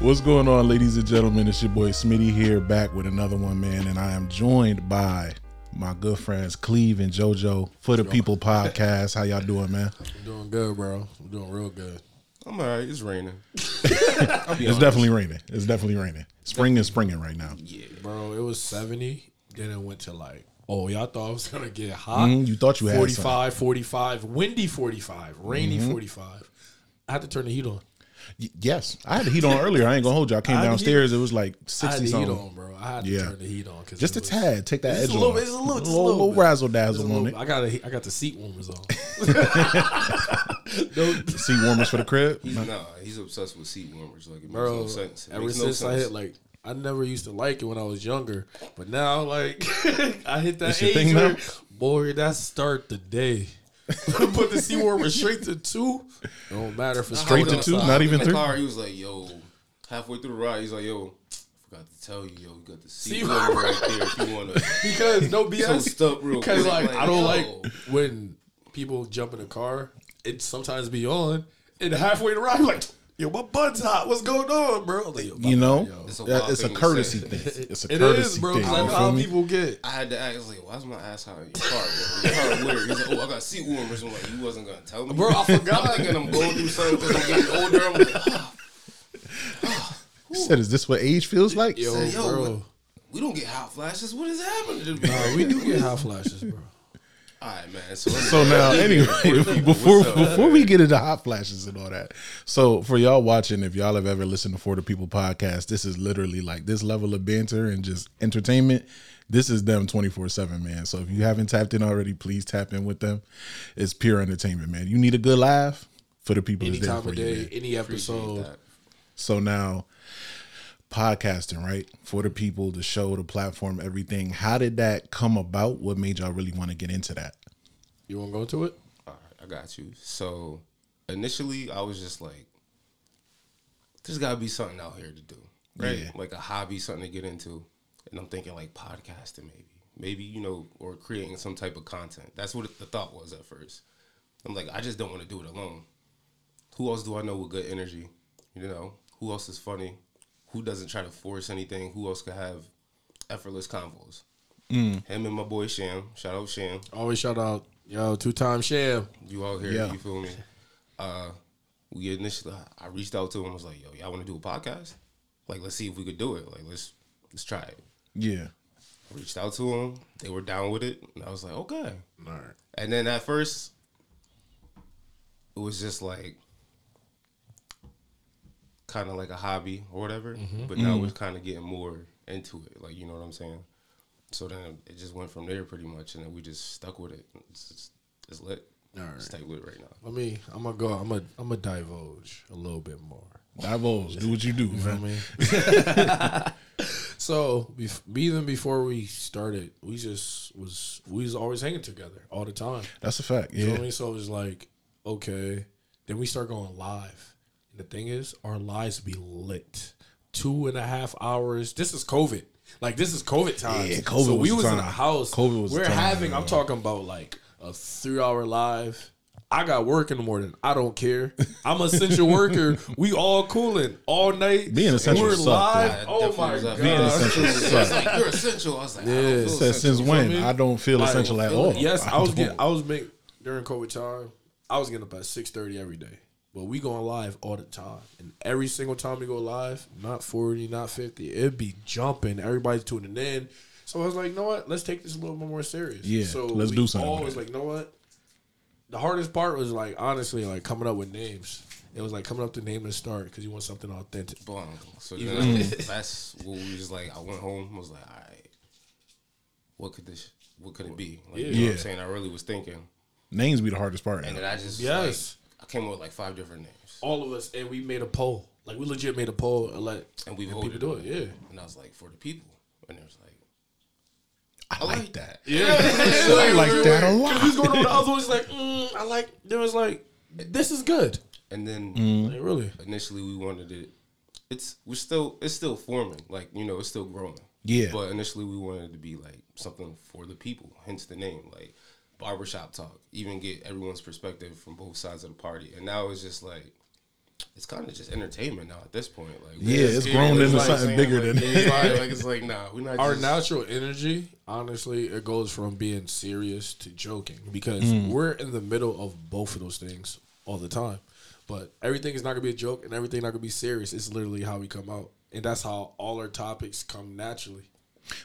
What's going on, ladies and gentlemen? It's your boy Smitty here, back with another one, man. And I am joined by my good friends Cleve and JoJo for the People Podcast. How y'all doing, man? I'm doing good, bro. I'm doing real good. I'm all right. It's raining. It's definitely raining. It's definitely raining. Spring is springing right now. Bro, it was 70. Then it went to like, oh, y'all thought it was going to get hot. Mm, you thought you had Mm-hmm. 45, 45, windy 45, rainy 45. I had to turn the heat on. Y- yes, I had the heat on earlier. I ain't gonna hold you. I came I had the downstairs. It was like I had sixty the heat something. on, bro. I had to Yeah. turn the heat on. Cause Just a it was- tad. Take that It's edge a little off. bit- it's a little- it's a little, little little bit. razzle It's a dazzle on little- it. I got a, I got the seat warmers on. Seat warmers for the crib. He's, nah, he's obsessed with seat warmers. Like, it makes bro. no sense. It ever makes no since I sense. hit like, I never used to like it when I was younger, but now like, I hit that your age thing where, now? boy, that start the day. Put the C word was straight to two. Don't matter for Straight to I was two? outside. Not I'm even in three? The car, he was like, "Yo," halfway through the ride, he's like, "Yo." I Forgot to tell you, yo, you got the Seat seat warmer right there if you want to. because no BS. So stuck real because quick, like, like, I don't yo. like when people jump in a car. It sometimes be on, and halfway to ride, like yo, my butt's hot. What's going on, bro? I'm Like, yo, my You butt, know, yo. It's a That- wild it's a thing to courtesy say. thing. It's a it courtesy is, bro. thing. 'cause I you know feel how me? people get. I had to ask, like, why is my ass hot in your car, bro? Your car weird. He's like, oh, I got seat warmers. I'm like, you wasn't gonna tell me, Bro, I forgot. I'm thinking I'm going through something because I'm getting older. I'm like, ah, said, "Is this what age feels like?" Yo, said, yo, bro. what- we don't get hot flashes. What is happening to me? Nah, we do get hot flashes, bro. All right, man. So, So now, anyway, before before we get into hot flashes and all that, so for y'all watching, if y'all have ever listened to For the People podcast, this is literally like this level of banter and just entertainment. This is them twenty four seven, man. So if you haven't tapped in already, please tap in with them. It's pure entertainment, man. You need a good laugh for the people. Any is there time for of you, day, man. any episode. So now, podcasting, right? For the people, the show, the platform, everything. How did that come about? What made y'all really want to get into that? You want to go into it? All right, I got you. So initially, I was just like, "There's got to be something out here to do, right? Yeah. Like a hobby, something to get into." And I'm thinking like podcasting, maybe, maybe you know, or creating some type of content. That's what the thought was at first. I'm like, I just don't want to do it alone. Who else do I know with good energy? You know, who else is funny? Who doesn't try to force anything? Who else could have effortless convos? Him and my boy Sham. Shout out Sham Always shout out, yo, two time sham. you out here, Yeah. you feel me? Uh, we initially, I reached out to him. I was like, "Yo, y'all want to do a podcast? Like, let's see if we could do it. Like, let's let's try it." Yeah. I reached out to him. They were down with it, and I was like, "Okay." All right. And then at first, it was just like kind of like a hobby or whatever. But now we're kind of getting more into it. Like, you know what I'm saying? So then it just went from there pretty much, and then we just stuck with it. It's, it's, it's lit. Alright. It's tight lit right now. Let me. I'm gonna go. I'm gonna. I'm gonna divulge a little bit more. Divulge. Do what you do, You know man. what I mean? so, bef- even before we started, we just was we was always hanging together all the time. That's a fact. You know Yeah. what I mean? So it was like, okay. Then we start going live. And the thing is, our lives be lit. Two and a half hours. This is COVID. Like this is COVID time. Yeah, COVID So we was the was in a time. house. COVID was the We're time, having. I'm talking about like a three hour live. I got work in the morning. I don't care. I'm an essential worker. We all cooling all night. Being essential We're sucked, live. I oh definitely my was god. up- essential It's like, you're essential. I was like, I don't feel Said, essential. since when? You feel me? I don't feel Like, oh, essential at all. Yes, I was don't. getting. I was make during COVID time. I was getting up at six thirty every day. But we going live all the time, and every single time we go live, not forty, not fifty, it'd be jumping. Everybody's tuning in. So I was like, you know what? Let's take this a little bit more serious. Yeah, So let's we do something all with was it. like, you know what? The hardest part was like honestly, like coming up with names. It was like coming up with the name and start because you want something authentic. Boom. So then that's what we was like. I went home. I was like, all right, what could this? What could it be? Like, You know what Yeah. I'm saying? I really was thinking, Names be the hardest part. and then I just Yes. like, I came up with like five different names, All of us, and we made a poll. Like we legit made a poll and let and we people voted, do it. Yeah. and I was like, for the people, and it was like, I like that. Yeah. I like that a Cause we was lot. going over the other ones like, mm, I like. There was like, this is good. and then Like, really. initially we wanted it. It's we're still it's still forming, like you know, it's still growing. Yeah. But initially we wanted it to be like something for the people, hence the name, like barbershop talk. Even get everyone's perspective from both sides of the party. And now it's just like it's kind of just entertainment now at this point. Like Yeah, we're it's just grown kidding. into It's like something saying, bigger like, than- yeah, it's like- like it's like nah, we're not. Our just, natural energy, honestly, it goes from being serious to joking because we're in the middle of both of those things all the time. But everything is not gonna be a joke and everything not gonna be serious. It's literally how we come out. And that's how all our topics come naturally.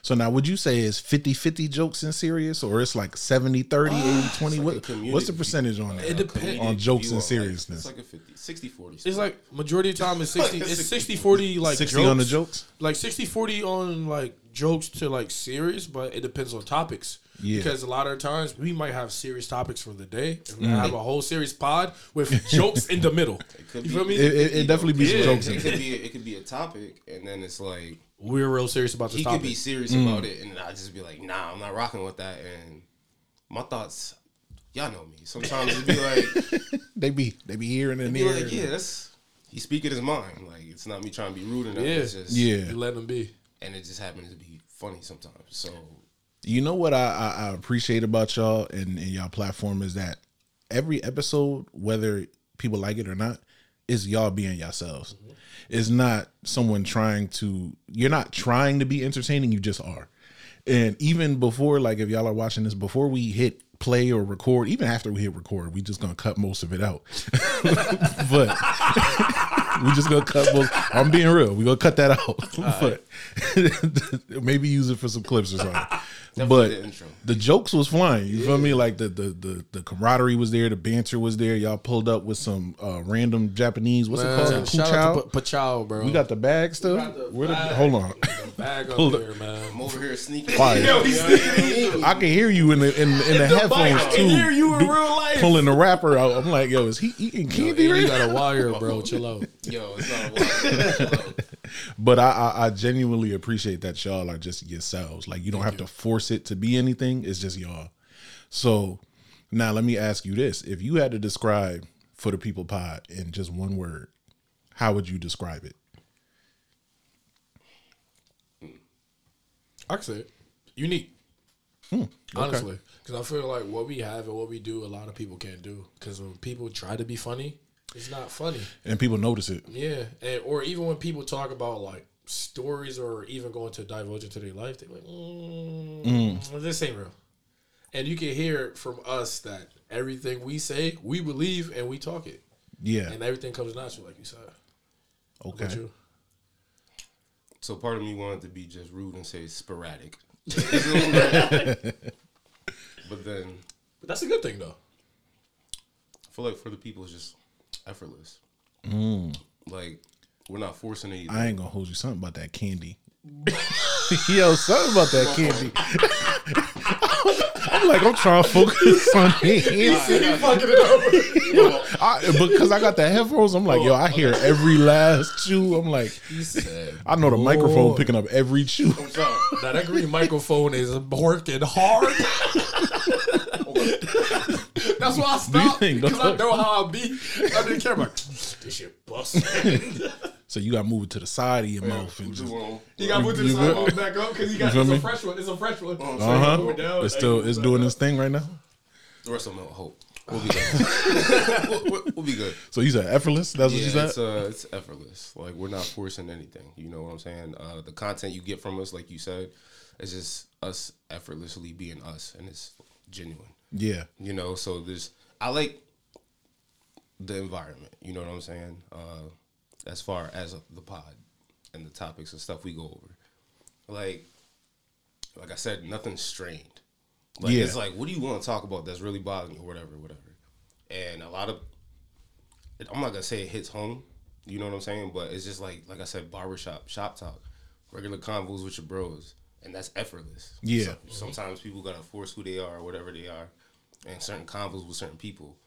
So now, would you say it's 50 50 jokes in serious, or it's like 70 30, 80 20? like a What, community. what's the percentage on It that? depends. on jokes and You are right. seriousness. It's like a 50, 60, 40. It's like majority of the time it's 60 it's 60 60, 40 like 60 jokes. on the jokes? Like 60 40 on like jokes to like serious, but it depends on topics. Yeah. Because a lot of times we might have serious topics for the day and Mm-hmm. we have a whole serious pod with jokes in the middle. You could feel be- It, me? it, it definitely be some Yeah. jokes in it it. could be it could be a topic, and then it's like We're real serious about this he topic. could be serious about it, and I just be like, nah, I'm not rocking with that. And my thoughts, y'all know me. Sometimes it'd be like, They be, they be here and then be there. like, yeah, that's he's speaking his mind. Like it's not me trying to be rude or nothing. Yeah. It's just Yeah. You let them be. and it just happens to be funny sometimes. So You know what I, I, I appreciate about y'all and, and y'all platform is that every episode, whether people like it or not, is y'all being yourselves. It's not someone trying to. You're not trying to be entertaining. You just are. And even before, like if y'all are watching this, before we hit play or record, even after we hit record, we just gonna cut most of it out. but we just gonna cut. Most, I'm being real. We gonna cut that out. but maybe use it for some clips or something. but the intro. the jokes was flying. You feel me? Like the, the the the camaraderie was there. The banter was there. Y'all pulled up with some uh, random Japanese. What's it called? The shout out Kuchao? to Pa- Pachao, bro. we got the bag stuff. got the Where the, bag. hold on. bag up Hold up. there, man. I'm over here sneaking. Fire. Yo, he's sneaking. I can hear you in the in, the- in the, headphones I too. can hear you in Do- real life. Pulling the wrapper out. I'm like, yo, is he eating And candy you right now? got a wire, bro. Chill out. Yo, it's not a wild- But I, I I genuinely appreciate that y'all are just yourselves. Like you don't have to force it to be anything. It's just y'all. So now let me ask you this: If you had to describe for the people pod in just one word, how would you describe it? I could say it. Unique. Hmm, Honestly. Because I feel like what we have and what we do, a lot of people can't do. Because when people try to be funny, it's not funny. And people notice it. Yeah. And, or even when people talk about like stories or even going to divulge into their life, they're like, mm, this ain't real. And you can hear from us that everything we say, we believe and we talk it. Yeah. And everything comes natural, like you said. What Okay. you? So part of me wanted to be just rude and say sporadic. but then But that's a good thing, though. I feel like for the people, it's just effortless. Like we're not forcing anything. I ain't gonna hold you something about that candy. Yo, something about that candy. I'm like, I'm trying to focus on it. fucking it over. I, because I got the headphones, I'm like, yo, I hear every last chew. I'm like, I know the microphone picking up every chew. I'm sorry. Now, that green microphone is working hard. That's why I stopped. think- Because I know how I be. I didn't care about this shit busting. So you got to move it to the side of your mouth and Who's just. the one? You got to move to the You side, good? roll it back up, because you got You feel it's me? a fresh one. It's a fresh one. Oh, So Uh you huh. move it down, It's like, still it's back doing up. its thing right now. The rest of them, I hope we'll be good. we'll, we'll- we'll be good. So you said effortless. That's what you Yeah, said. it's uh, it's effortless. Like we're not forcing anything. You know what I'm saying? Uh, the content you get from us, like you said, is just us effortlessly being us, and it's genuine. yeah. You know, so there's I like the environment. You know what I'm saying? Uh, as far as the pod and the topics and stuff we go over, like like I said, nothing's strained. Like Yeah. it's like, what do you want to talk about that's really bothering you, or whatever, whatever. And a lot of it- I'm not gonna say it hits home. You know what I'm saying? But it's just like like I said, barbershop, shop talk, regular convos with your bros, and that's effortless. Yeah. So- sometimes people gotta force who they are, or whatever they are, and certain convos with certain people.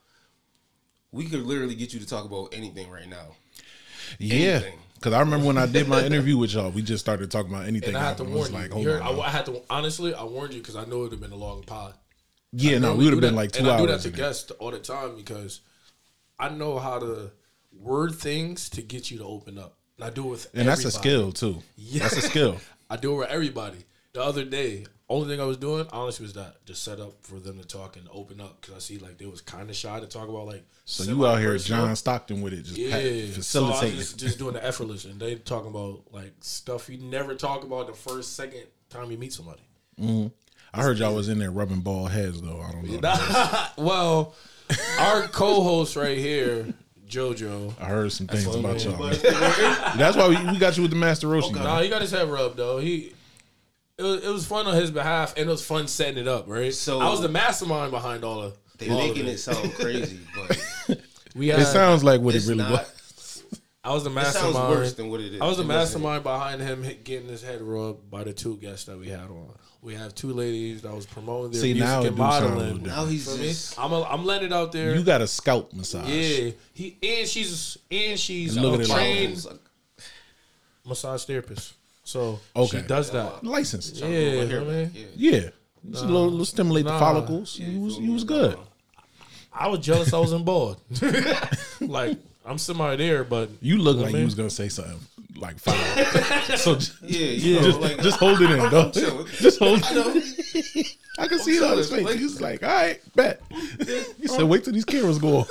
We could literally get you to talk about anything right now. Yeah. Anything. Because I remember when I did my interview with y'all, we just started talking about anything. And I had to was warn like, oh hold you. You heard- on. I, I had to honestly, I warned you because I know it would have been a long pod. yeah, no, And we would have do been that- like two and hours. I do that to in there. guests all the time because I know how to word things to get you to open up. And I do it with and that's a everybody. skill too. Yeah. That's a skill. I do it with everybody. The other day, Only thing I was doing, honestly, was that just set up for them to talk and open up because I see like they was kind of shy to talk about like. So you out here, semi-personal. John Stockton, with it, just Yeah, pat- So I facilitating. was just, just doing the effortless, and they talking about like stuff you never talk about the first, second time you meet somebody. I heard y'all was in there rubbing ball heads though. I don't know. well, our co-host right here, JoJo. I heard some things about y'all. But- That's why we, we got you with the Master Roshi. man. Nah, he got his head rubbed though. He. It was, it was fun on his behalf, and it was fun setting it up, right? So- I was the mastermind behind all of. they all of making it sound crazy, but We It had, sounds like what it it's really not. was. I was the It sounds mastermind. worse than what it is. I was the It wasn't. mastermind behind him hit- getting his head rubbed by the two guests that we had on. We have two ladies that was promoting their See, music now it and do sound a little modeling. different. Now he's For me, just I'm a, I'm letting it out there. You got a scalp massage. yeah, he and she's and she's And look a at it like trained this. massage therapist. So Okay. she does that. License. Yeah. Yeah, Right here, I mean, yeah. Just a little, little stimulate the Nah. follicles. you was, you was good. I was jealous. I wasn't bald. like I'm somebody there, but You look like mean? you was gonna say something like five. so just, Yeah, you just, know, like just hold it in, though. Just hold. It. know. I can see it on his face. like- He's like, all right, bet. He said, wait till these cameras go off.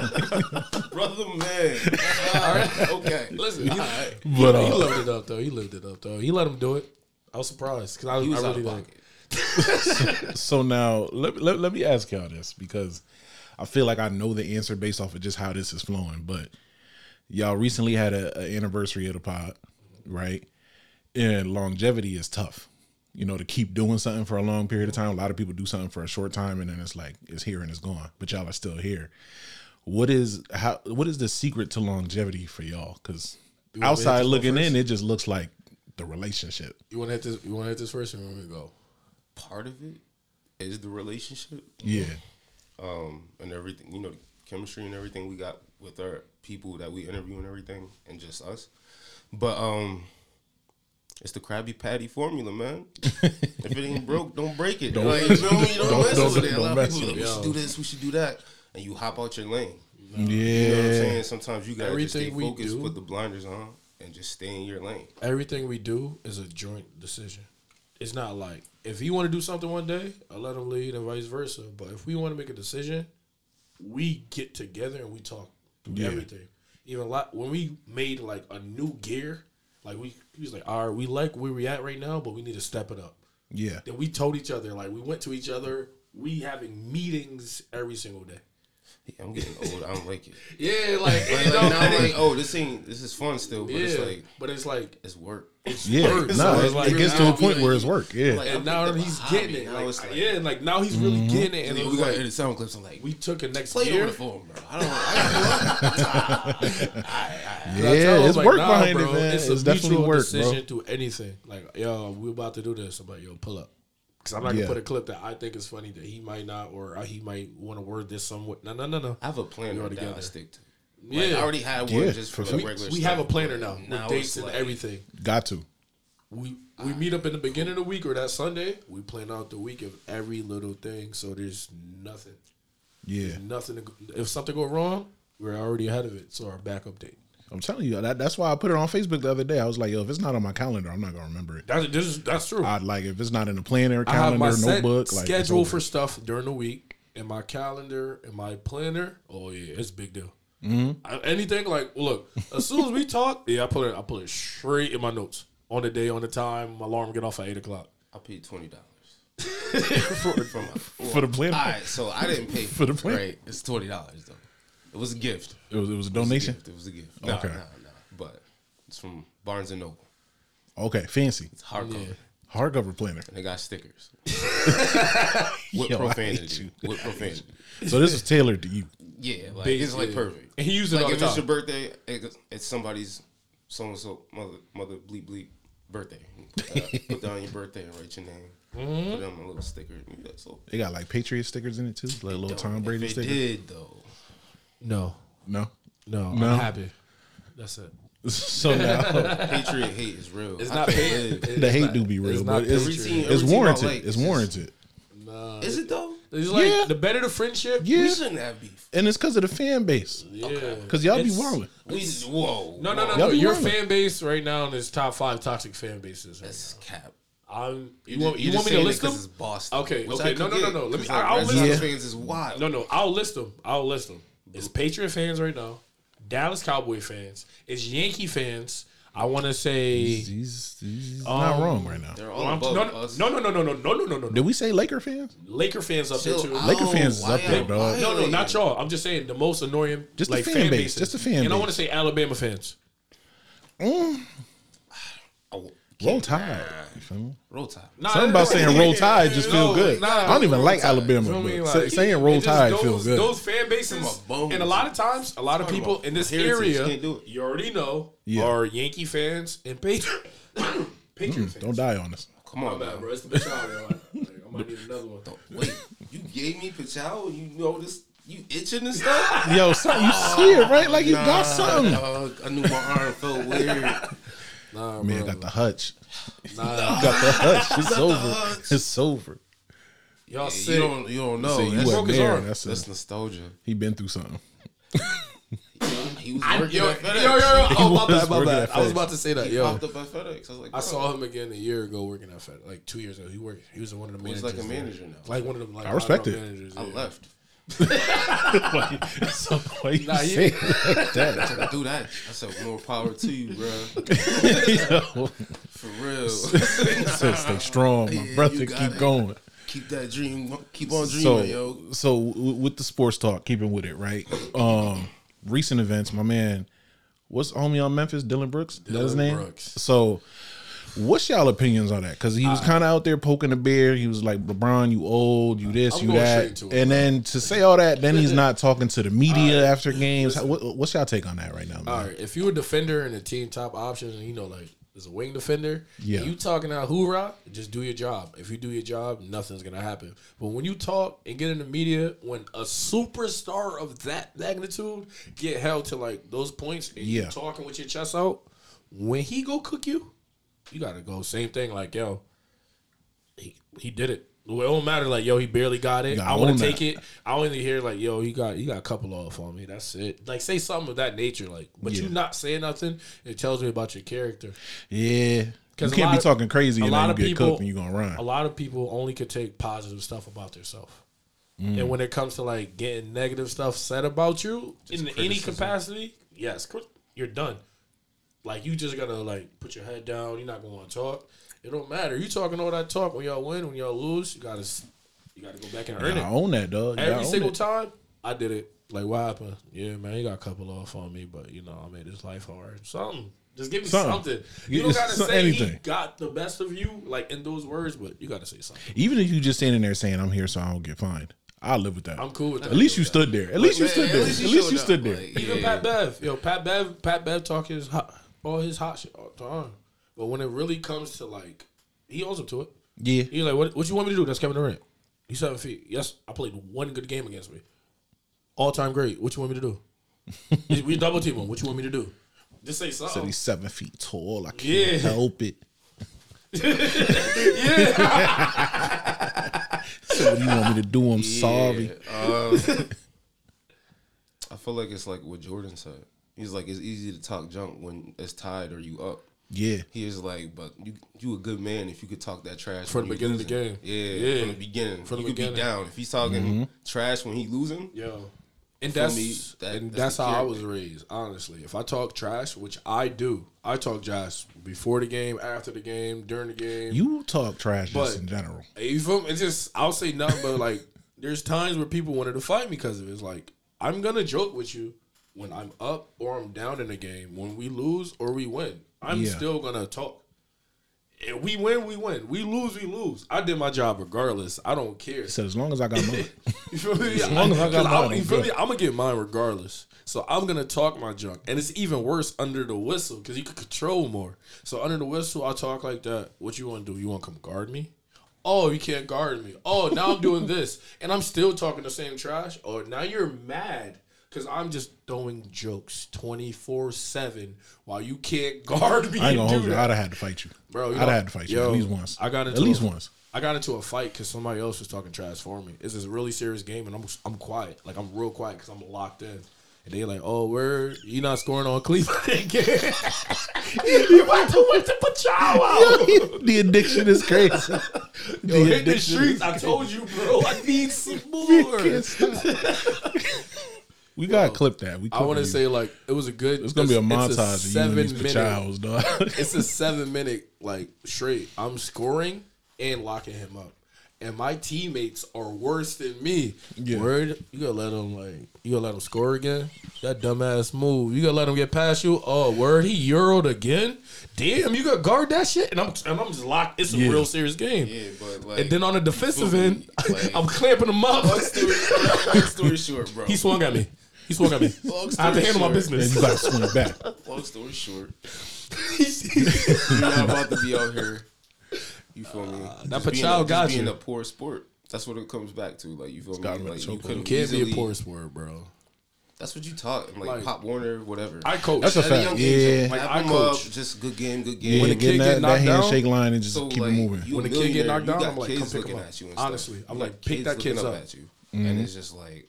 brother man. All right, okay. listen, he, But he uh, lived it up though. He lived it up though. He let him do it. I was surprised because I, He was I out really of like. pocket. so now let, let let me ask y'all this because I feel like I know the answer based off of just how this is flowing. But y'all recently had a, a anniversary of the pod, right? And longevity is tough. You know, to keep doing something for a long period of time. A lot of people do something for a short time and then it's like it's here and it's gone. But y'all are still here. What is how? What is the secret to longevity for y'all? Because want me to outside go looking first? in, it just looks like the relationship. You want to hit this? You want to hit this first, or you want me to go? Part of it is the relationship, Yeah, um, and everything. You know, chemistry and everything we got with our people that we interview and everything, and just us. But um, it's the Krabby Patty formula, man. if it ain't broke, don't break it. like, you know, you don't, don't- mess don't- with it. A lot don't of mess people like, we with should it. do this, we should do that, and you hop out your lane. yeah. You know what I'm saying? Sometimes you gotta just stay Everything we focused, do- put the blinders on, and just stay in your lane. everything we do is a joint decision. It's not like if he want to do something one day, I let him lead and vice versa. But if we want to make a decision, we get together and we talk through Yeah. everything. Even like when we made like a new gear, like we he was like, all right, we like where we at right now, but we need to step it up. yeah. Then we told each other like we went to each other. We having meetings every single day. Yeah, I'm getting old. I don't like it. Yeah, like, Like, you know, now I'm like, oh, this ain't this is fun still, but yeah, it's like but it's like it's work. Yeah, work. no, So it, it's like, it gets to a now point we- where it's work. Yeah, like, and now I'm he's a getting it. hobby. Now Like, it's like- yeah, and like now he's really Mm-hmm. getting it. And it Yeah, was we got like, edit sound clips. I'm like, we took it next play it year. over the phone, bro. I don't. I And I Yeah, tell him, it's like, work nah, behind bro, it, man. It's, It's, a definitely mutual work, decision to anything. Like, yo, we about to do this. I'm like, yo, pull up. Because I'm not Yeah. gonna put a clip that I think is funny that he might not or uh, he might want to word this somewhat. No, no, no, no. I have a planner We're that I together. stick to. Yeah, Like, I already had one Yeah, just for for like sure. regular. we stuff, have a planner but now now with dates it's and like- everything. bro. Got to. We we meet up in the beginning of the week or that Sunday. We plan out the week of every little thing. So there's nothing, Yeah, nothing. To, go- if something go wrong, we're already ahead of it. So our backup date. I'm telling you that. That's why I put it on Facebook the other day. I was like, yo, if it's not on my calendar, I'm not gonna remember it. That's this is, that's true. I'd like if it's not in a planner, I have my calendar, set notebook, like it's schedule over. for stuff during the week and my calendar and my planner. Oh yeah, it's a big deal. Mm-hmm. I- anything like well, look, as soon as we talk, yeah, I put it. I put it straight in my notes on the day, on the time. My alarm get off at eight o'clock. I paid twenty dollars. For- for, my, For the planner? All right, so I didn't pay For the planner? Right, it's twenty dollars though. It was a gift. It was, it was a It was a donation. gift. It was a gift. Nah, Okay. nah, nah. But it's from Barnes and Noble. Okay, fancy It's hardcover, Yeah. hardcover planner. and they got stickers. with Yo, I hate profanity. With profanity. So this is tailored to you. Yeah, like Big it's like deal. perfect. And he used it like all the if it's time. your birthday, it- it's somebody's so and so mother mother bleep bleep birthday. Put that- Put down your birthday and write your name. Mm-hmm. Put on a little sticker. And that's all. They got like Patriot stickers in it too, like little Tom Brady If it stickers. did though, No, No. no, No. I'm happy. That's it. So now Patriot hate is real. It's I not think paid. it is. the hate not- do be real, it's but not it's, Every team- it's every team I warranted. like it's is- warranted, Nah, Is it though? it's like Yeah. the better the friendship. Yeah. We shouldn't have beef. and it's because of the fan base. yeah. Because y'all be It's- wilding. We just whoa. No, no, no, whoa. Y'all no. be Your wildin'. fan base right now is top five toxic fan bases. Right That's cap. I'm. You, ju- want, you want you're just me to saying it list 'cause them? It's Boston. Okay, which okay, I no, could no, get, no, no, let me- 'cause, I- like, I'll Red list Sox them. fans is wild. No, no, I'll list them. I'll list them. It's Mm-hmm. Patriot fans right now, Dallas Cowboy fans, it's Yankee fans. I want to say. He's, he's not wrong right now. They're Oh, all I'm- above no, us. no, no, no, no, no, no, no, no, no, no. Did we say Laker fans? Laker fans up Chill there too. out. Laker fans is Why up there, are- dog. why No, no, are- not y'all. I'm just saying the most annoying, Just the like fan fan base, bases. just the fan And I base. want to say Alabama fans. Oh, Roll Tide. Eh, You feel me? Roll Tide. Nah, Something about saying roll tide just feel No, good. nah, I don't even Roll like Tide. Alabama, Feel but me? sa- Like, saying It roll just- tide those, feels good. Those fan bases, My bones. and a lot of times, a lot of Talking people about in this heritage, area, can't do it. you already know, Yeah. Mm, are Yankee fans and Patriot, Patriot fans. Don't die on us. Come on, I'm out, man. bro. It's the Machado. Like, I might need another one. Wait, you gave me Pachao and you know this? You itching and stuff? Yo, son, you see it, right? Like you got something. Uh, I knew my arm felt weird. Nah, Man, got the hutch. nah. Got the hutch. Oh, It's over. It's over. Y'all You sick. don't, you don't know. See, you that's, wasn't his there. arm. That's, a, that's nostalgia. he been through something. He was working Yo, yo, at yo, FedEx. yo, Oh, my was bad, my working bad. at I was FedEx. about to say that. He Yo, popped up at FedEx. I was like, I saw him again a year ago working at FedEx, like two years ago. He worked. He was one of the He's managers. like a there. manager now. Like one of them. Like I respect high-brow it. Managers, I yeah. left. so why you Nah, he- say it like that? I do that. I said, more power to you, bro. Yo, For real. so stay strong, my Yeah, brother. you got Keep it. going. keep that dream. Keep on dreaming, So, yo. so w- with the sports talk, keeping with it, right? Um, recent events, my man. What's homie on Memphis? Dylan Brooks. Is that his Dylan name? Brooks. So, what's y'all opinions on that? Because he was kind of out there poking the bear. He was like, "LeBron, you old, you this, I'm you going that," straight to it, and then to say all that, then he's not talking to the media after games. How- what, what's y'all take on that right now, man? All right, if you a defender and the team top options, and you know, like, is a wing defender, Yeah. and you talking out hoorah, just do your job. If you do your job, nothing's gonna happen. But when you talk and get in the media, when a superstar of that magnitude get held to like those points, and you Yeah. talking with your chest out, when he go cook you, you gotta go same thing. Like, yo, he he did it. Well, it don't matter. Like, yo, he barely got it. Nah, I it want don't to take matter. it. I only hear like, yo, he got he got a couple off on me. That's it. Like, say something of that nature. Like, but you Yeah. not saying nothing. It tells me about your character. Yeah, you 'Cause a can't be lot of- talking crazy a and lot then you of get people- cooked and you gonna run. A lot of people only could take positive stuff about themselves. And when it comes to like getting negative stuff said about you in any criticism. capacity, yes, cri- you're done. Like you just gotta like put your head down. You're not gonna want to talk. It don't matter. You talking all that talk when y'all win, when y'all lose, you gotta s- you gotta go back and earn I it. own that, dog. Every single time. time I did it. Like what happened? Yeah, man, he got a couple off on me, but you know I made his life hard. Something. Just give me Something. something. Yeah, You don't gotta some- say he anything. got the best of you, like in those words, but you gotta say something. Even if you just standing there saying, "I'm here, so I don't get fined," I'll live with that. I'm cool with that. At least you stood there. At least you Man, stood there. At he least you showed stood up, there. like, Even yeah. Pat Bev, yo, Pat Bev, Pat Bev talk his hot, all his hot shit all the time. But when it really comes to like, he owns up to it. Yeah. He's like, what, what you want me to do? That's Kevin Durant. He's seven feet. Yes, I played one good game against me. All time great. What you want me to do? we double team him. What you want me to do? Just say Said something. he's seven feet tall. I can't Yeah. help it. yeah. So what do you want me to do? I'm sorry. Yeah, um, I feel like it's like what Jordan said. He's like, it's easy to talk junk when it's tied or you up. Yeah. He is like, but you you a good man if you could talk that trash From when the you beginning of the losing. Yeah, Yeah. from the beginning. From the you could be beginning. down if he's talking trash when he losing. Yo. And For that's me, that- and that's that's, the how I character. was raised, honestly. If I talk trash, which I do, I talk trash before the game, after the game, during the game. You talk trash just But- in general. You feel me? It's just I'll say nothing, but like there's times where people wanted to fight me because of it. It's like I'm gonna joke with you when I'm up or I'm down in a game. When we lose or we win, I'm Yeah. still gonna talk. If we win, we win. We lose, we lose. I did my job regardless. I don't care. He said, as long as I got money. You feel me? As long as I got mine, you I'm feel good. me? I'm gonna get mine regardless. So I'm gonna talk my junk, and it's even worse under the whistle because you can control more. So under the whistle, I talk like that. What you want to do? You want to come guard me? Oh, you can't guard me. Oh, now I'm doing this, and I'm still talking the same trash. Or now you're mad because I'm just throwing jokes twenty four seven while you can't guard me. I ain't and gonna do hold you. that. I'd have had to fight you. Bro, you I'd have know- had to fight you yo, at least once. I got at into least a- once. I got into a fight because somebody else was talking trash for me. It's this really serious game, and I'm I'm quiet, like I'm real quiet because I'm locked in. And they like, oh, word, you not scoring on Cleveland again? you went to went to Pachawa. the addiction is crazy. the Yo, hit the addiction. streets. I told you, bro. I need some more. Can't stop. we gotta clip that. We I want clipping you. to say like it was a good. it's gonna be a it's montage of you and these minute. pachaos, dog. It's a seven minute like straight. I'm scoring and locking him up, and my teammates are worse than me. Yeah. Word, you gotta let him like you gotta let him score again. That dumbass move. You gotta let him get past you. Oh, word, he euroed again. Damn, you gotta guard that shit. And I'm and I'm just locked. It's a Yeah. real serious game. Yeah, but like. And then on the defensive Boom. end, Like- I'm clamping him up. long story, long story short, bro. He swung at me. He swung at me. Long I had to story handle my short. and business. you gotta swing back. Long story short, you're not about to be out here. You feel me? that Just being Pachau a, just got being you. a poor sport. That's what it comes back to. Like you feel me? gotta let Like choke you on couldn't Can't be easily- a poor sport, bro. That's what you taught. Like, Like- Pop Warner, whatever. I coach. That's a At a fact. young Yeah. age, like, Like, I I coach. coach. Just good game, good game. Yeah, When a kid getting get that, that knocked down, handshake line and just So, keep like, it moving. you When a a kid get millionaire, knocked you down, got I'm like, kids come pick looking him up. at you and stuff. Honestly, I'm You like, got pick that looking kid's up. at you, Mm-hmm. and it's just like,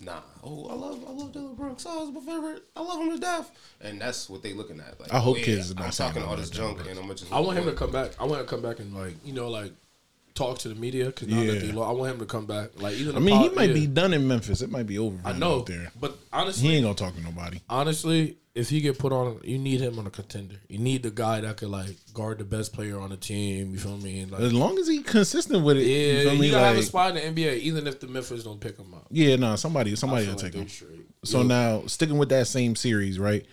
nah. Oh, I love, I love Dylan Brooks. Oh, he's my favorite. I love him to death. And that's what they looking at. Like, I hope oh, kids are not I'm saying talking I all love this Dylan junk, and I'm gonna just. I want him to come back. I want him to come back and like you know like talk to the media because now Yeah. that they lost, I want him to come back. Like even I mean, he pod- might yeah. be done in Memphis. It might be over. for I him know, out there. but honestly, He ain't gonna talk to nobody. honestly, if he get put on, you need him on a contender. You need the guy that could like guard the best player on the team. You feel me? And, As like, long as he consistent with it, yeah, you you, feel me? gotta have a Like, spot in the NBA, even if the Memphis don't pick him up. yeah, no, somebody, I somebody feel will like take they're him. straight. So now, sticking with that same series, right?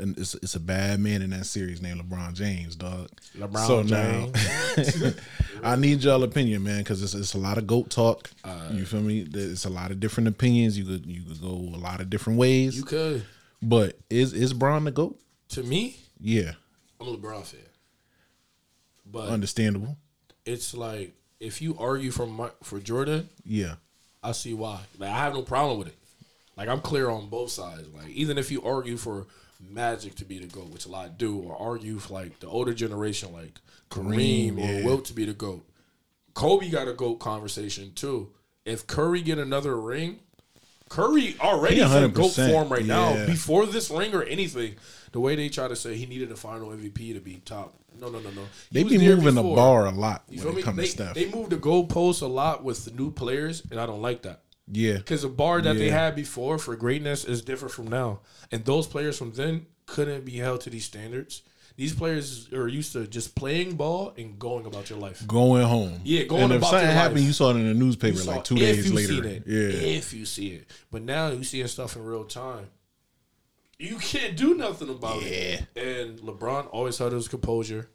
And it's, it's a bad man in that series named LeBron James, dog. LeBron so now, I need y'all opinion, man, because it's, it's a lot of goat talk. Uh, you feel me? There- It's a lot of different opinions. You could you could go a lot of different ways. you could but is is Bron the goat? to me. Yeah, I'm a LeBron fan, but understandable. it's like if you argue for my, for Jordan, Yeah, I see why. Like I have no problem with it. Like I'm clear on both sides. Like even if you argue for Magic to be the goat, which a lot do, or argue for like the older generation, like Kareem, Kareem, or yeah. Wilt to be the goat. Kobe got a goat conversation too. If Curry get another ring, Curry already He is in goat 100%, form right yeah. now. Before this ring or anything, the way they try to say he needed a final MVP to be top. No, no, no, no. He they was be there moving the before. bar a lot You when feel it comes me? to They, Steph. they move the goalposts a lot with the new players, and I don't like that. yeah, Because the bar that they Yeah. had before for greatness is different from now. And those players from then couldn't be held to these standards. These players are used to just playing ball and going about your life. going home. Yeah, going and if about something your happened, life. you saw it in the newspaper So like two if days you later. seen it, yeah, If you see it. But now you seeing stuff in real time. You can't do nothing about it. And LeBron always held his composure.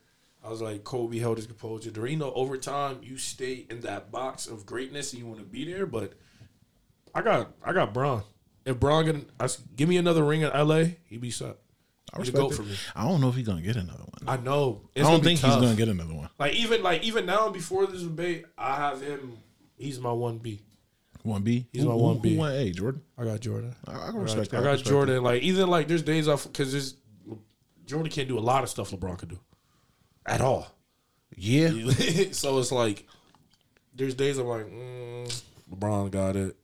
I was like, Kobe held his composure. During the overtime, you stay in that box of greatness and you want to be there. But I got I got Bron. If Bron can I s give me another ring in LA, he be set. I He's a respect goat it. for me. I don't know if he's gonna get another one. I know. It's I gonna don't be think tough. he's gonna get another one. like even like even now before this debate, I have him. He's my one B. One B. He's my Who- 1B. Who won A? Jordan. I got Jordan. I, I can respect I that. got respect Jordan. Like even like there's days off because this Jordan can't do a lot of stuff LeBron could do at all. that. Yeah. so it's like there's days I'm like mm, LeBron got it,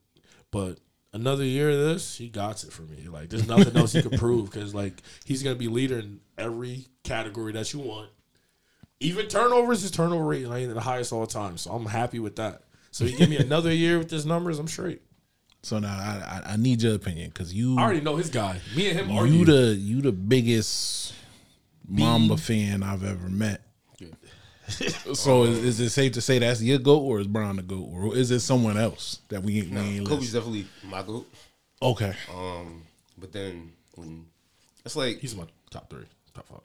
but another year of this he got it for me. Like there's nothing else he could prove because like he's gonna be leader in every category that you want. Even turnovers, his turnover rate is like, the highest all time. So I'm happy with that. So you give me another year with his numbers, I'm straight. So now I, I I need your opinion because you I already know his guy. Me and him you are you. the you the biggest Mamba fan I've ever met. So is, is it safe to say that's your goat or is Brown the goat or is it someone else that we ain't, we ain't Kobe's list? definitely my goat. Okay, Oh, Um, but then when it's like He's my top three, top five.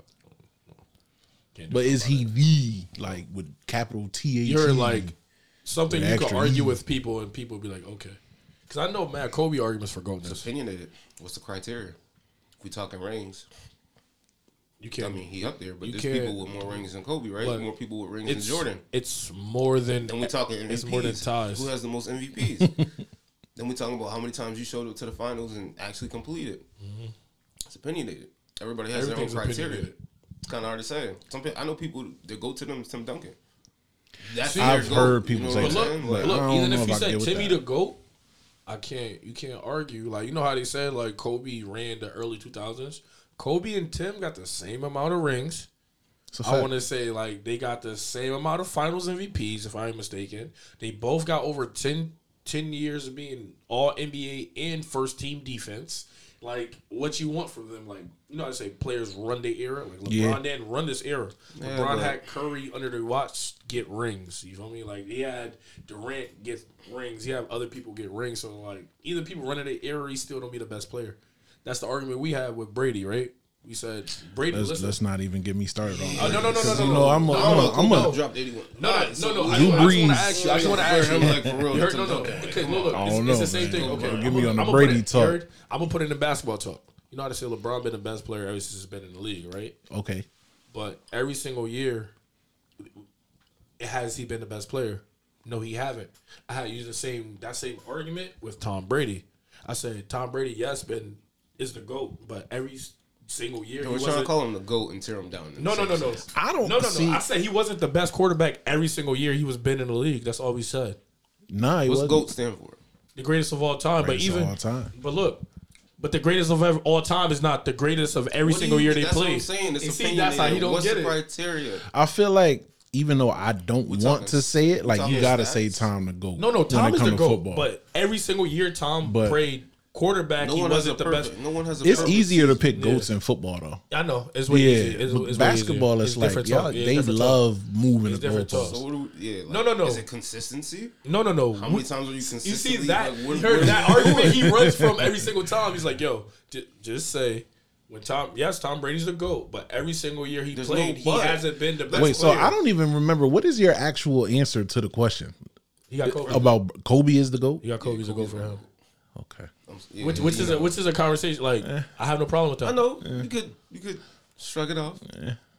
Can't do but it. is he the like with capital T H? E? you're like something With you can extra argue E. with people, and people be like, okay, because I know Matt Kobe arguments for goatness. opinionated. What's the criteria? If we talking rings, You I can't. mean he up there, but You there's can't- people with more rings than Kobe, right? But more people with rings than it's Jordan. It's more than. Then we talking MVPs. It's more than ties. Who has the most MVPs? then we talking about how many times you showed up to the finals and actually completed. It's opinionated. Everybody has their own Mm-hmm. Everything's criteria. opinionated. It's kind of hard to say. Some people, I know people that go to them is Tim Duncan. That's their I've goal. heard people know say what But I'm that. saying? look, Like, but I look don't even know if if you I can said get with Timmy that. the goat, I can't. You can't argue. Like you know how they said like Kobe ran the early two thousands. Kobe and Tim got the same amount of rings. It's a I fact. want to say like they got the same amount of Finals MVPs, if I'm mistaken. They both got over 10, 10 years of being All NBA and first team defense. Like what you want from them, like you know, how I say players run the era. Like LeBron Yeah. didn't run this era. LeBron had Curry under the watch get rings. You feel me? Like he had Durant get rings. He had other people get rings. So like either people running the era, he still don't be the best player. That's the argument we had with Brady, right? We said Brady. Let's, listen, let's not even get me started on. Oh, no, no, no, Because, no, you no, know, no. I'm a, I'm a, I'm a, dropped 81. No, no, no, no. I, Drew I just want Brees. to ask you. I just want to Yeah, ask you. I'm like, for real, You heard, that's no, a no. dumb Okay, thing. look, look. I It's, don't it's know, the same man. thing. Okay, Don't I'm give gonna- me on the I'm gonna put Brady it- talk. you heard? I'm gonna put it in basketball talk. You know how to say LeBron been the best player ever since he's been in the league, right? okay. But every single year, has he been the best player? No, he haven't. I had used the same that same argument with Tom Brady. I said Tom Brady, yes, been is the goat, but every s- single year he We're trying to wasn't. call him the GOAT and tear him down. No, no, no, no. I don't No, no, no. see- I said he wasn't the best quarterback every single year he was been in the league. That's all we said. Nah, he What's wasn't. GOAT stand for? The greatest of all time, Greatest but of even all time. But look, but the greatest of ev- all time is not the greatest of every What do single you- year they that's play. What I'm saying. It's and see, that's how he opinionated. don't What's get the it. criteria? I feel like even though I don't want talking- to say it, like you talking gotta stats. say Tom to go. No, no, Tom is the goat. football. But every single year, Tom But- played quarterback. No he one has a wasn't the purpose. best. No one has a it's purpose. easier to pick goats in football though. I know it's way yeah, easier. It's, but it's way basketball easier. is It's like different y'all, talk. Yeah, it's they different love moving It's the different goalposts. talk. So what do we, yeah, like, No, no, no. Is it consistency? talk. No, no, no. How many times are you consistently? You see that? Like, you what- heard what- that argument he runs from every single time. He's like, "Yo, j- just say when Tom. Yes, Tom Brady's the goat, but every single year he There's no played, he but. hasn't been the best. Wait, so player. I don't even remember what is your actual answer to the question He got Kobe. about Kobe is the goat? He got Kobe's a goat for him. Okay, I'm- yeah, Which, which you is know. a, which is a conversation. Like Eh. I have no problem with that. I know you could you could shrug it off.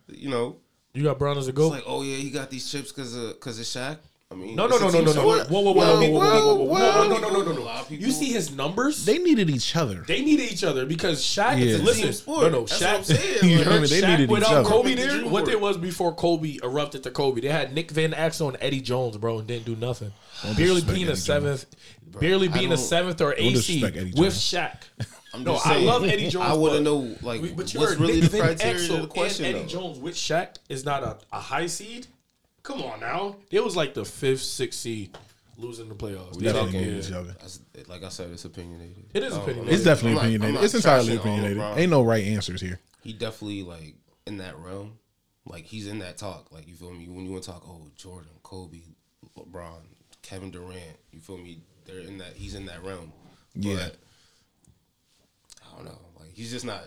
You know, You got Brown as a it's goat. like oh yeah, he got these chips because of because of Shaq. I mean, no, no, it's a no, no, team no, no. sport. Whoa, whoa, whoa, whoa, whoa, whoa, whoa, whoa, Well, whoa, no, no, no, no, a lot no. of people- You see his numbers? They they needed each other. they needed each other because Yeah. Shaq. is It's a Listen, team sport. no, no, That's Shaq. what I'm saying. you Like, heard they Shaq needed each without other. Kobe Like the there. Dream What there Board. was before Kobe erupted to Kobe. They had Nick Van Axel and Eddie Jones, bro, and didn't do nothing. barely disrespect Eddie being a Jones. seventh, barely being a don't- seventh or eighth disrespect Eddie seed with Jones. Shaq. I'm No, just I saying, love Eddie Jones. I want to but- know like We- but you what's heard really Nick the Van criteria Exel of the question. and though. Eddie Jones with Shaq is not a, a high seed. Come on now, it was like the fifth, sixth seed losing the playoffs. They They didn't didn't- need each other. That's, like I said, it's opinionated. It is I don't know. opinionated. It's definitely I'm not- I'm opinionated. not it's entirely trashing all opinionated. LeBron. Ain't no right answers here. He definitely like in that realm. Like he's in that talk. Like you feel me? When you want to talk, oh Jordan, Kobe, LeBron, Kevin Durant. You feel me? They're in that. He's in that realm. Yeah. But, I don't know. Like he's just not.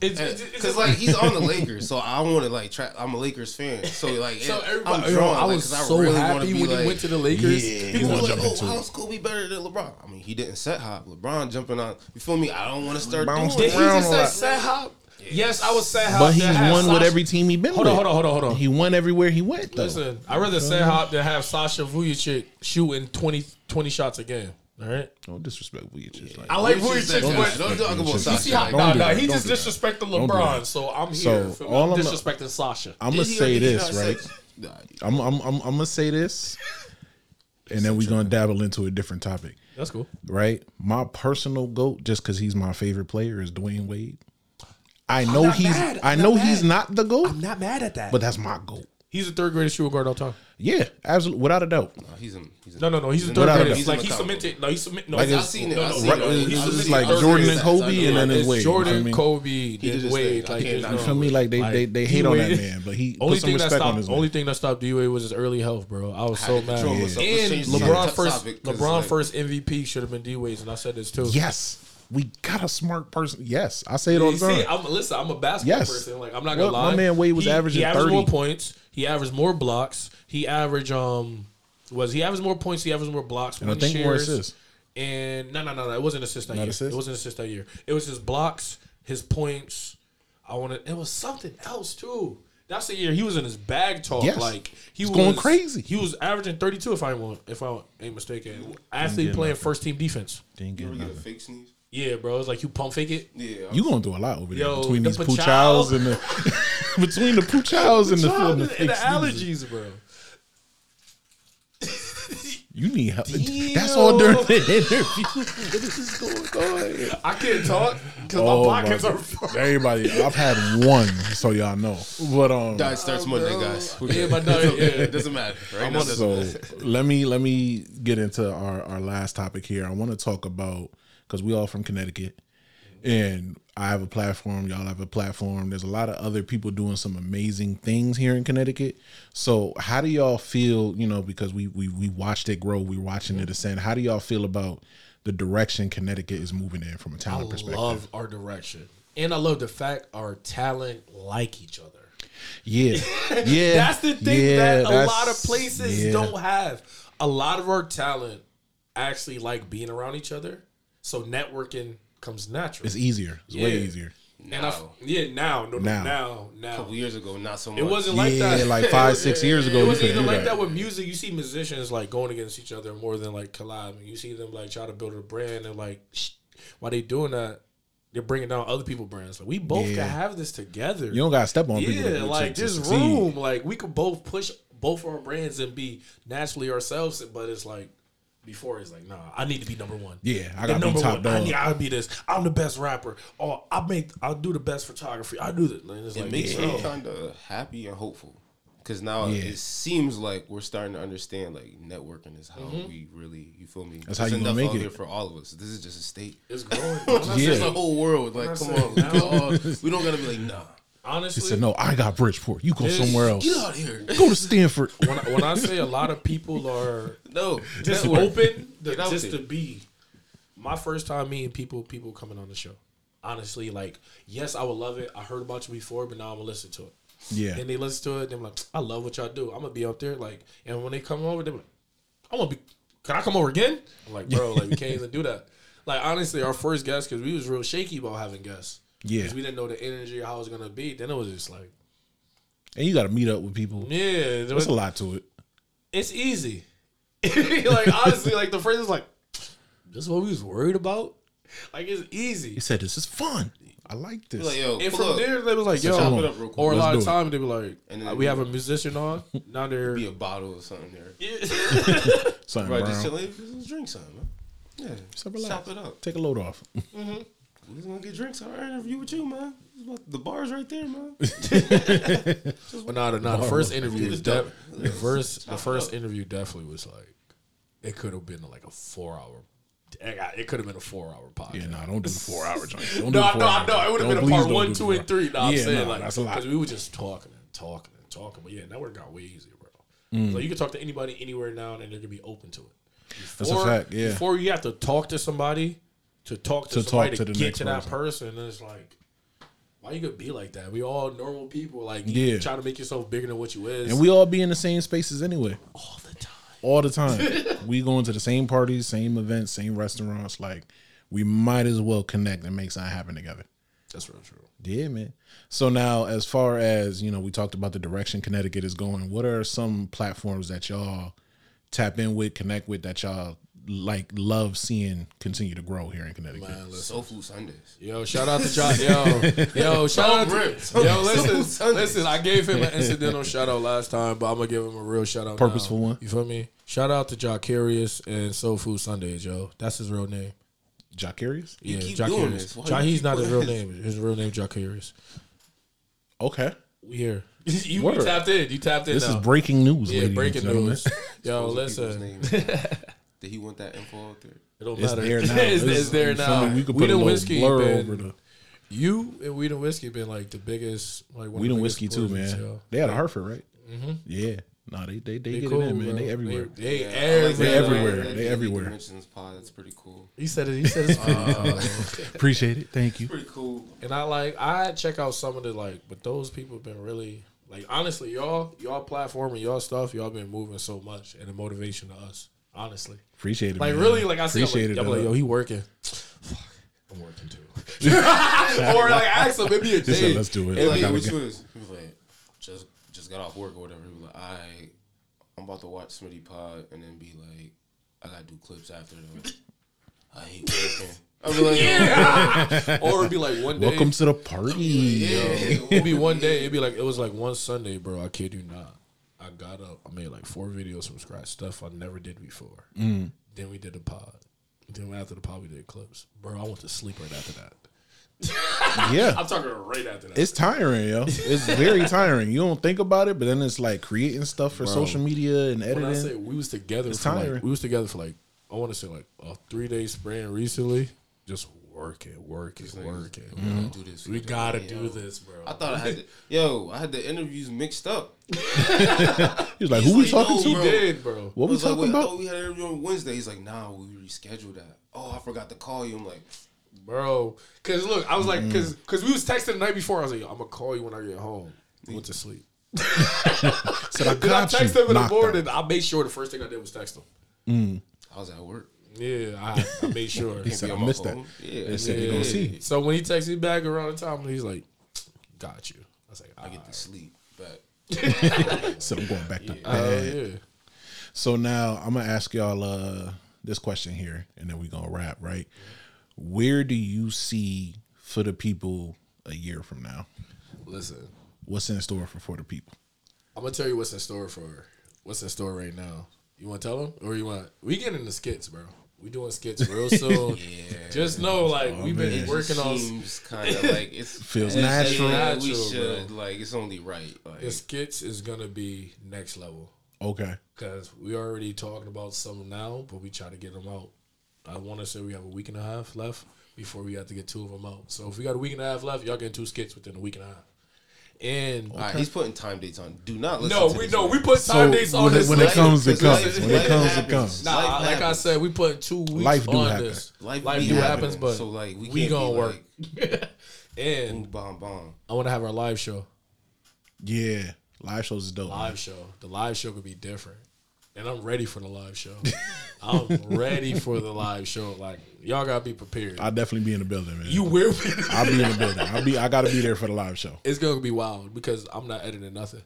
It's, it's, it's, Because like he's on the Lakers, so I want to like. Tra- I'm a Lakers fan, so like. so it- everybody. I'm yo, drawn, I like, was 'cause I so really wanna happy be, when he like- went to the Lakers. Yeah. People He's People were gonna were like, like, jump oh, into it. how's Kobe better than LeBron? I mean, he didn't set hop. LeBron jumping on. You feel me? I don't want to start Bounce doing did it. he Brown a just say lot. sad hop? Yes, I was sad hop. But he's that had won with Sasha- every team he been Hold on, with. hold on, hold on, hold on. He won everywhere he went though. Listen, I'd rather sad hop than have Sasha Vujacic shooting 20, 20 shots a game. All right. No disrespect. We just like I like Don't Vujacic, but disrespect him. Don't talk about Don't You see Sasha. how Don't nah, do nah, that. he Don't just do that. disrespected Don't do LeBron, that. so I'm So, here. So, all I'm I'm- disrespecting Sasha. I'm Did gonna he or say did he this not right. set- Nah, I'm I'm I'm, I'm gonna say this, and then we're gonna dabble into a different topic. That's cool. Right, my personal goat, just because he's my favorite player, is Dwayne Wade. I know not he's mad. I I'm know not he's mad. not the goat, not mad at that. but But that's my goat. he's the third greatest shooting guard all time. Yeah, absolutely, without a doubt. nah, he's in. He's in. No, no, no. He's the Without third a greatest. doubt. like he He's in the cemented. No, he cemented. No, Like, he's- I've seen it, No, I've no, seen no, it. no, It's- he's it's cemented like third Jordan greatest. and Kobe and then It's it's Wade, you know what I Jordan, mean? Kobe, then his Wade. thing. I Like, can't there's knock You no- feel me? Like they Like, they, they he hate on that waited- man, but he Only put some thing that respect on stopped. his Only name. thing that stopped D Wade was his early health, bro. I was so Had to mad. control And myself. Let's change the LeBron topic, first, 'cause, LeBron like- first MVP should have been D Wade's, and I said this too. Yes, we got a smart person. Yes, I say it all You the see, time. I'm listen. I'm a basketball Yes. person. Like I'm not Well, gonna my lie. man Wade was he, averaging He averaged 30. more points. He averaged more blocks. He averaged um was he averaged more points. He averaged more blocks. I And think more assists. And no, no, no, no. It wasn't assist that year. assist? It wasn't assist that year. It was his blocks, his points. I wanted. It was something else too. That's the year he was in his bag talk. Yes. Like he He's was going crazy. He was averaging 32 if I won't- if I ain't mistaken. Actually get playing first team defense. Didn't You get ever get a nothing. fake sneeze? Yeah, bro. It's like you pump fake it. Yeah. You going through a lot over there Yo, between the these poo Pachow. chows and the between the poo chows and the, Child and the, and the fake sneezes. allergies, bro. You You need help. That's all during the interview. what is going on? I can't talk because Oh, my my pockets are God. Everybody, I've had one, so y'all know. But um, That starts Monday, guys. We're Yeah, good. but no, yeah. it doesn't matter. Right now, it doesn't so matter. let me let me get into our our last topic here. I want to talk about because we all from Connecticut, and I have a platform. Y'all have a platform. There's a lot of other people doing some amazing things here in Connecticut. So how do y'all feel? You know, because we we we watched it grow. We're watching it ascend. How do y'all feel about the direction Connecticut is moving in from a talent perspective? love our direction, and I love the fact our talent like each other. yeah, yeah. That's the thing yeah, that a that's- lot of places yeah. don't have. A lot of our talent actually like being around each other, so networking comes natural. It's easier. It's way Yeah. easier. and I f- yeah, now, no, no, Now. now, now, A couple years ago, not so much. It wasn't like yeah, that. like five, six years ago, It you wasn't couldn't even do like that. that with music. You see musicians like going against each other more than like collab. You see them like try to build a brand and like shh, why they doing that? They're bringing down other people brands. Like we both Yeah. can have this together. You don't gotta step on people. to- yeah, to- like to this succeed. room, like we could both push both our brands and be naturally ourselves. But it's like before, it's like nah, I need to be number one. Yeah, I The gotta be number top one. I dog. need, I'll be this. I'm the best rapper. Oh, I make. I'll do the best photography. I do that. And it's oh, It like, makes no. me kind of happy and hopeful because now Yeah. it seems like we're starting to understand like networking is how we really you feel me. Mm-hmm. That's how There's you gonna enough make out it. here for all of us. This is just a state. It's growing. There's Yeah. a whole world. Like, not come saying on, now. we, all, we don't gotta be like, nah, She Honestly, said, "No, I got Bridgeport. You go somewhere else. get out of here. Go to Stanford." when, I, when I say a lot of people are No, just network. open, to, Get out just there. to be. My first time meeting people, people coming on the show. Honestly, like, yes, I would love it. I heard about you before, but now I'm gonna listen to it. Yeah, And they listen to it, and I'm like, I love what y'all do. I'm gonna be up there, like, and when they come over, they're like, I want to be. Can I come over again? I'm like, bro, like we can't even do that. Like honestly, our first guest because we was real shaky about having guests. Yeah. 'Cause we didn't know the energy how it was gonna be. Then it was just like, and you got to meet up with people. yeah, there There's was- a lot to it. it's easy. like honestly, like the phrase is like, this is what we was worried about. Like it's easy. He said, "This is fun. I like this." Like, yo, And pull from up. there, they was like, chop yo, it up real quick. or a Let's lot of do it. time they be like, And then uh, they we do have a musician on. Now they're be a bottle or something there. Something Right, brown. just chill. Like, just drink something. Man. Yeah, So relax. chop it up. Take a load off. We just gonna get drinks. on Our interview with you, man. The bar's right there, man. Well, no, no, no. The first interview was Just def- dump the first the first interview definitely was like it could have been like a four hour. It got- It could have been a four hour podcast. Yeah, no, nah, don't do the four hour joint. Don't do No, the I- four no, hour I know. joint. It would Don't- have been a part please one, don't do two, the and three. No, I'm Yeah, saying nah, like that's a lot. because we were just talking and talking and talking. But yeah, network got way easier, bro. Mm. So you can talk to anybody anywhere now, and they're gonna be open to it. That's a fact, yeah. Before you have to talk to somebody to talk to, To talk to somebody to, the get next to that person, and it's like. Why you gonna be like that? We all normal people. Like, Yeah. you try to make yourself bigger than what you is. And we all be in the same spaces anyway, all the time. all the time. we going to the same parties, same events, same restaurants. Like, we might as well connect and make something happen together. That's real true. Yeah, man. So now, as far as you know, we talked about the direction Connecticut is going. What are some platforms that y'all tap in with, connect with, that y'all like, love seeing continue to grow here in Connecticut? Soul Food Sundays. Yo, shout out to John. Yo, yo, shout out ripped. to Yo, listen, Sundays. listen. I gave him an incidental shout out last time, but I'm gonna give him a real shout out. now. Purposeful one. You feel me? Shout out to Jacarius and Soul Food Sundays, yo. That's his real name. Jacarius. Yeah, keep doing this. Why Ja- you he's keep not his doing real this? name. His real name Jacarius. Okay, We here. you, you Word. tapped in. You tapped in. this now. is breaking news. yeah, ladies and breaking gentlemen. news. Yo, Those are listen. people's names. Did he want that info out there? It don't It's matter. there now. This it's, it's is- there you feel now. me? We could We put a done little whiskey blur been- over the. You and We Done Whiskey been like the biggest like one We of done the whiskey biggest too, portions, man. yo. They out of Hartford, right? Yeah. No, they they they, Mm-hmm. They get cool, it in, man. bro. They everywhere. They, they I everywhere. like They that, uh, everywhere. that They Daily everywhere. Dimensions pod. That's pretty cool. He said it. He said it's Appreciate it. Thank you. Pretty cool. and I like I check out some of the like, but those people have been really like honestly, y'all y'all platform and y'all stuff, y'all been moving so much and the motivation to us. Honestly, Appreciate it. like man. really, like I see, Appreciate it. I'm like, I'm like, dog. yo, he working. I'm working too. or like ask him maybe a He day. said, let's do it. Hey, I like, gotta which go. was he was like, just just got off work or whatever. He was like, I I'm about to watch Smitty Pod and then be like, I gotta do clips after though. I hate working. I was like, or it'd be like one day. Welcome to the party. yeah, It'd be one day. It'd be like it was like one Sunday, bro. I kid you not. I got up, I made like four videos from scratch, stuff I never did before. Mm. Then we did a pod. Then after the pod, we did clips. Bro, I went to sleep right after that. Yeah. I'm talking right after that. It's tiring, yo. It's very tiring. You don't think about it, but then it's like creating stuff for social media and when I editing. say we was together, for like, tiring. we was together for like I want to say like a three day span recently, just working, working, working. bro. do this. We gotta Yo. do this, bro. I thought I had the, yo, I had the interviews mixed up. He's like, who we He's like, talking to? yo, bro. we did, bro. What I we was like, talking wait, I about? thought we had an interview on Wednesday. He's like, nah, we rescheduled that. Oh, I forgot to call you. I'm like, bro. Cause look, I was like, Mm-hmm. cause cause we was texting the night before. I was like, yo, I'm gonna call you when I get home. I went to sleep. Said, I Then I got you. texted him in the knocked out. morning. I made sure the first thing I did was text him. I was at work. Yeah, I, I made sure. said, Be on I my missed that. phone. Yeah, They said, yeah. you Yeah. gonna see. So when he texted me back around the time, he's like, "Got you." I was like, "I I get get to sleep, but Said, I'm going back to that." Oh bed. yeah. So now I'm gonna ask y'all uh, this question here, and then we gonna wrap. Right? Where do you see for the people a year from now? Listen, What's in store for for the people? I'm gonna tell you what's in store for what's in store right now. You want to tell them, or you want we getting into skits, bro? We doing skits real soon. Yeah. Just know, like we've been man. working on s- seems kind of like it's Feels it's natural. yeah, we Natural, should like it's only right. Like, the skits is gonna be next level Okay. because we already talking about some now, but we try to get them out. I want to say we have a week and a half left before we have to get two of them out. So if we got a week and a half left, y'all getting two skits within a week and a half. And all right, he's putting time dates on. Do not Oh, listen. no, to we this no, man. we put So when time dates on it, this. when it later. comes, it Because life- comes. When it life comes, it happens. comes. Nah, Life like I happens. said, we put two weeks Life do on happen. this. Life Life, be do happening. happens, but So, like, we we, can't gonna be work. and bomb bomb. I want to have our live show. Yeah, live shows is dope. man. Live show. The live show could be different, and I'm ready for the live show. I'm ready for the live show. Like y'all gotta be prepared. I'll definitely be in the building, man. you will. I'll Be, be in the building. I'll be. I gotta be there for the live show. it's gonna be wild because I'm not editing nothing.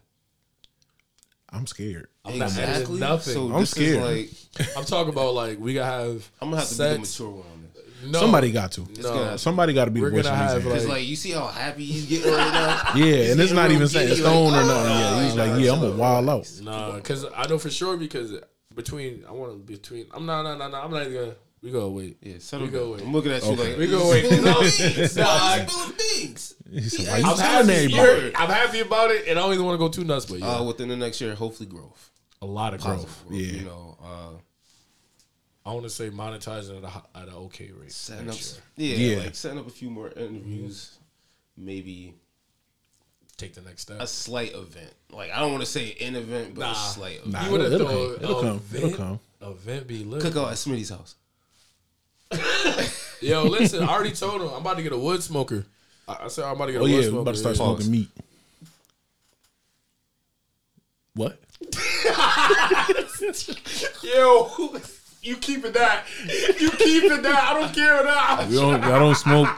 I'm scared. I'm not editing nothing. So I'm this scared. Is like, I'm talking about like we gotta have. I'm gonna have to sex. be the mature one on this. No, Somebody got to. gonna- Somebody got to be the We're voice. gonna of have, reason. Cause like you see how happy he's getting right now. yeah, and it's getting not real even saying giddy, it's on or like, nothing. ah, Yeah, he's like, yeah, I'm a wild out. No, because I know for sure because between I want to between I'm not no no no I'm not even gonna we go wait Yeah, we settle go down. I'm wait looking at you like we go wait Nah, I'm spilling beans. He said, He "Why you asked- telling happy everybody?" you're- I'm happy about it and I don't even want to go too nuts but yeah Uh, within the next year, hopefully growth. a lot of growth Growth, yeah. You know, uh, I want to say monetizing at a, hi- at an okay rate setting up, next year. Mm-hmm. yeah, Yeah. like setting up a few more interviews, maybe take the next step a slight event. Like I don't want to say an event, but Nah. a slight event. Nah, You would've it'll, it'll come. thought It'll come. It'll event- come. event be lit Cook out at Smitty's house. yo listen I already told him I'm about to get a wood smoker I, I said I'm about to get Oh a wood yeah, smoker we about to start yeah. smoking meat. What? Yo, you keeping that? You keeping that? I don't care that. We don't. I don't smoke.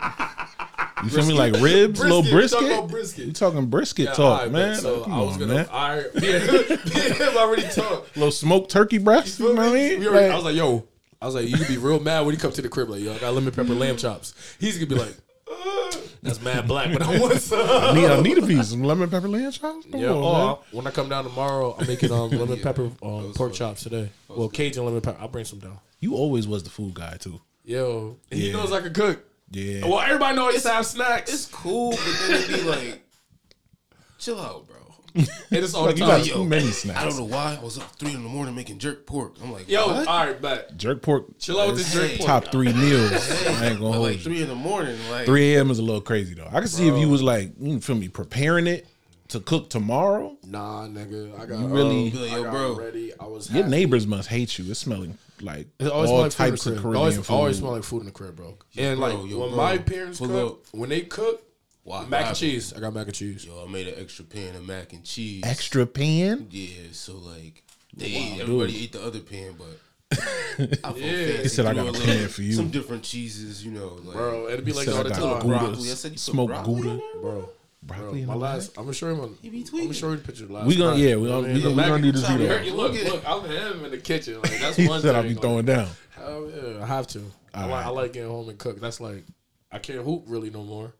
You feel me? Like ribs, little Brisket. We talking brisket. about brisket. You talking brisket Yeah, talk, all right, man? bet. So Come I was on, gonna. man. All right, yeah, yeah, I already talked. little smoked turkey breast. You know what I mean? We already- Like- I was like, yo, I was like, you could be real mad when you come to the crib, like, yo, I got lemon pepper lamb chops. He's gonna be like, uh, that's mad black, but I want I some. need, I need a piece. Some lemon pepper lamb chops. Come Yeah, on, man. or when I come down tomorrow, I'm making um, lemon pepper um, pork chops today. Well, Cajun lemon pepper. I'll bring some down. You always was the food guy too. Yo, and he Yeah. knows I can cook. Yeah. Well, everybody knows I used to have snacks. It's cool, but then it'd be like, chill out, bro. and it's all Like, the you time. got too many snacks. I don't know why I was up three in the morning making jerk pork. I'm like, Yo, what? all right, bet. Jerk pork. Chill out with this Hey. drink. pork. Top three meals. I ain't gonna But, hold like you. three in the morning, like 3 a.m. is a little crazy though. I can see if you was like, you feel me, preparing it to cook tomorrow. Nah, nigga, I got really- um, Yo, I got bro. ready. I was Your happy. neighbors must hate you. It's smelling like It always all smell like food in the types of crib. It Caribbean always, food. Always smell like food in the crib, bro. and bro, like yo, when bro. my parents Pull cook, when they cook, Why- mac why- and cheese. I got mac and cheese. Yo, I made an extra pan of mac and cheese. Extra pan. Yeah, so like they ate, everybody ate the other pan, but I felt Yeah. fancy. He said, "I Threw got a a pan little- for you." Some different cheeses, you know, like Bro, it'd be like Said all the I time. got Bro, Gouda, broccoli. I said you put smoked broccoli Gouda, in there? bro, broccoli in my the last. back. I'm gonna show him. He be I'm gonna tweaking. show you the picture. of the Last We gonna night. yeah, we gonna, we gonna, we Mac gonna do and- this Sorry, video. hurry. Look, look, I'm him in the kitchen. Like that's He one said I'll thing, be like- throwing down. Hell yeah, I have to. I, like, I like getting home and cook. That's like I can't hoop really no more.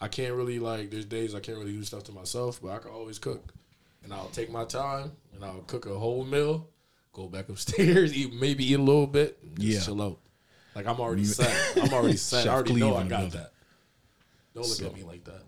I can't really like. There's days I can't really do stuff to myself, but I can always cook. and I'll take my time and I'll cook a whole meal, go back upstairs, eat maybe eat a little bit, and just Yeah. chill out. Like I'm already set. I'm already set. I Chef already Cleve know I in the got building. that. Don't look at me like that.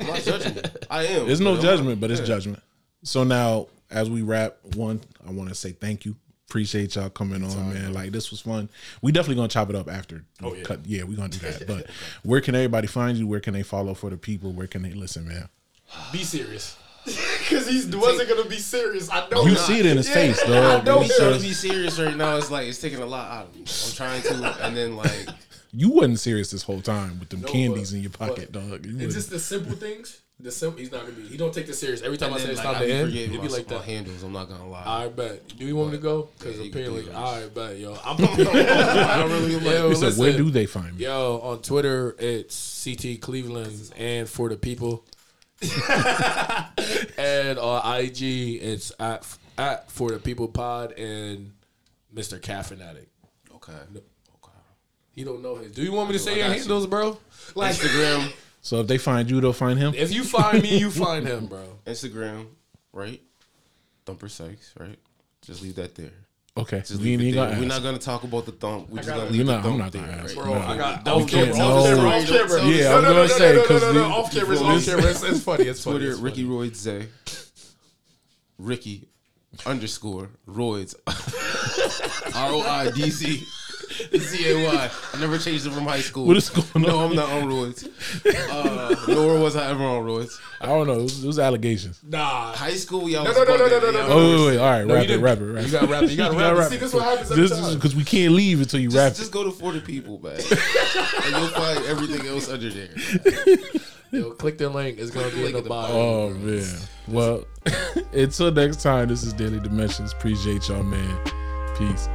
I'm not judging. you. I am. There's no but I'm not- judgment, but it's judgment. So now, as we wrap, one, I want to say thank you. Appreciate y'all coming on, man. Like this was fun. We definitely gonna chop it up after. Oh, yeah. cut. Yeah, we gonna do that. But where can everybody find you? Where can they follow for the people? Where can they listen, man? Be serious. Cause he wasn't gonna be serious. I know. You that. see it in his face, dog. Oh, I know You Me trying to said- be serious right now is like it's taking a lot out of me. I'm trying to, and then like You wasn't serious this whole time with them No, candies but- in your pocket, dog. You It's was- just the simple things. The simple. He's not gonna be. He don't take this serious. Every time and I say then, it's like, time to I be end, forgetting it'd be my, like my that. handles. I'm not gonna lie. I bet. Do you want me to go? Because Yeah, you can apparently, do I yours. bet, yo. I'm I don't really yo, He said, listen, where do they find me? Yo, on Twitter, it's CT Cleveland and for the people. and on IG, it's at at for the people pod and Mr. Caffeine Addict. okay. Okay. He don't know his. Do you want me to I say your got you. handles, bro? Like, Instagram, So if they find you, they'll find him. if you find me, you find him, bro. Instagram, right? Thumper Sykes, right? Just leave that there. Okay, Just we leave it ain't there. gonna We're ask. not gonna talk about the thump. We're just gotta- gonna You're leave the not- I'm thump not there, gonna ask. right? Bro, I got No. off We camera. can't- off no. camera, off camera. Yeah, I was gonna say, 'cause the- off camera, it's off camera. It's, it's funny. It's funny. Twitter, it's funny. Ricky Royds Zay. Ricky underscore Royds. R O I D Z. Z A Y. I never changed it from high school. What is going No, on? I'm not on Royds. Uh, nor was I ever on Royds. I don't know. It was, it was allegations. Nah. High school, y'all. No, was no, no, no, bugging. no, no, Y'all no. was- Oh, wait, wait, wait. all right, you wrap it, didn't. wap it, wrap it. You gotta wrap it. You gotta You gotta wrap it. wrap See, it. this what happens every This time. is because we can't leave until you wrap Just, it. just go to 40 people, man. and you'll find everything else under there. Yo, click the link. It's gonna be in link the in the Oh bio. man. Well, until next time, this is Daily Dimensions. Appreciate y'all, man. Peace.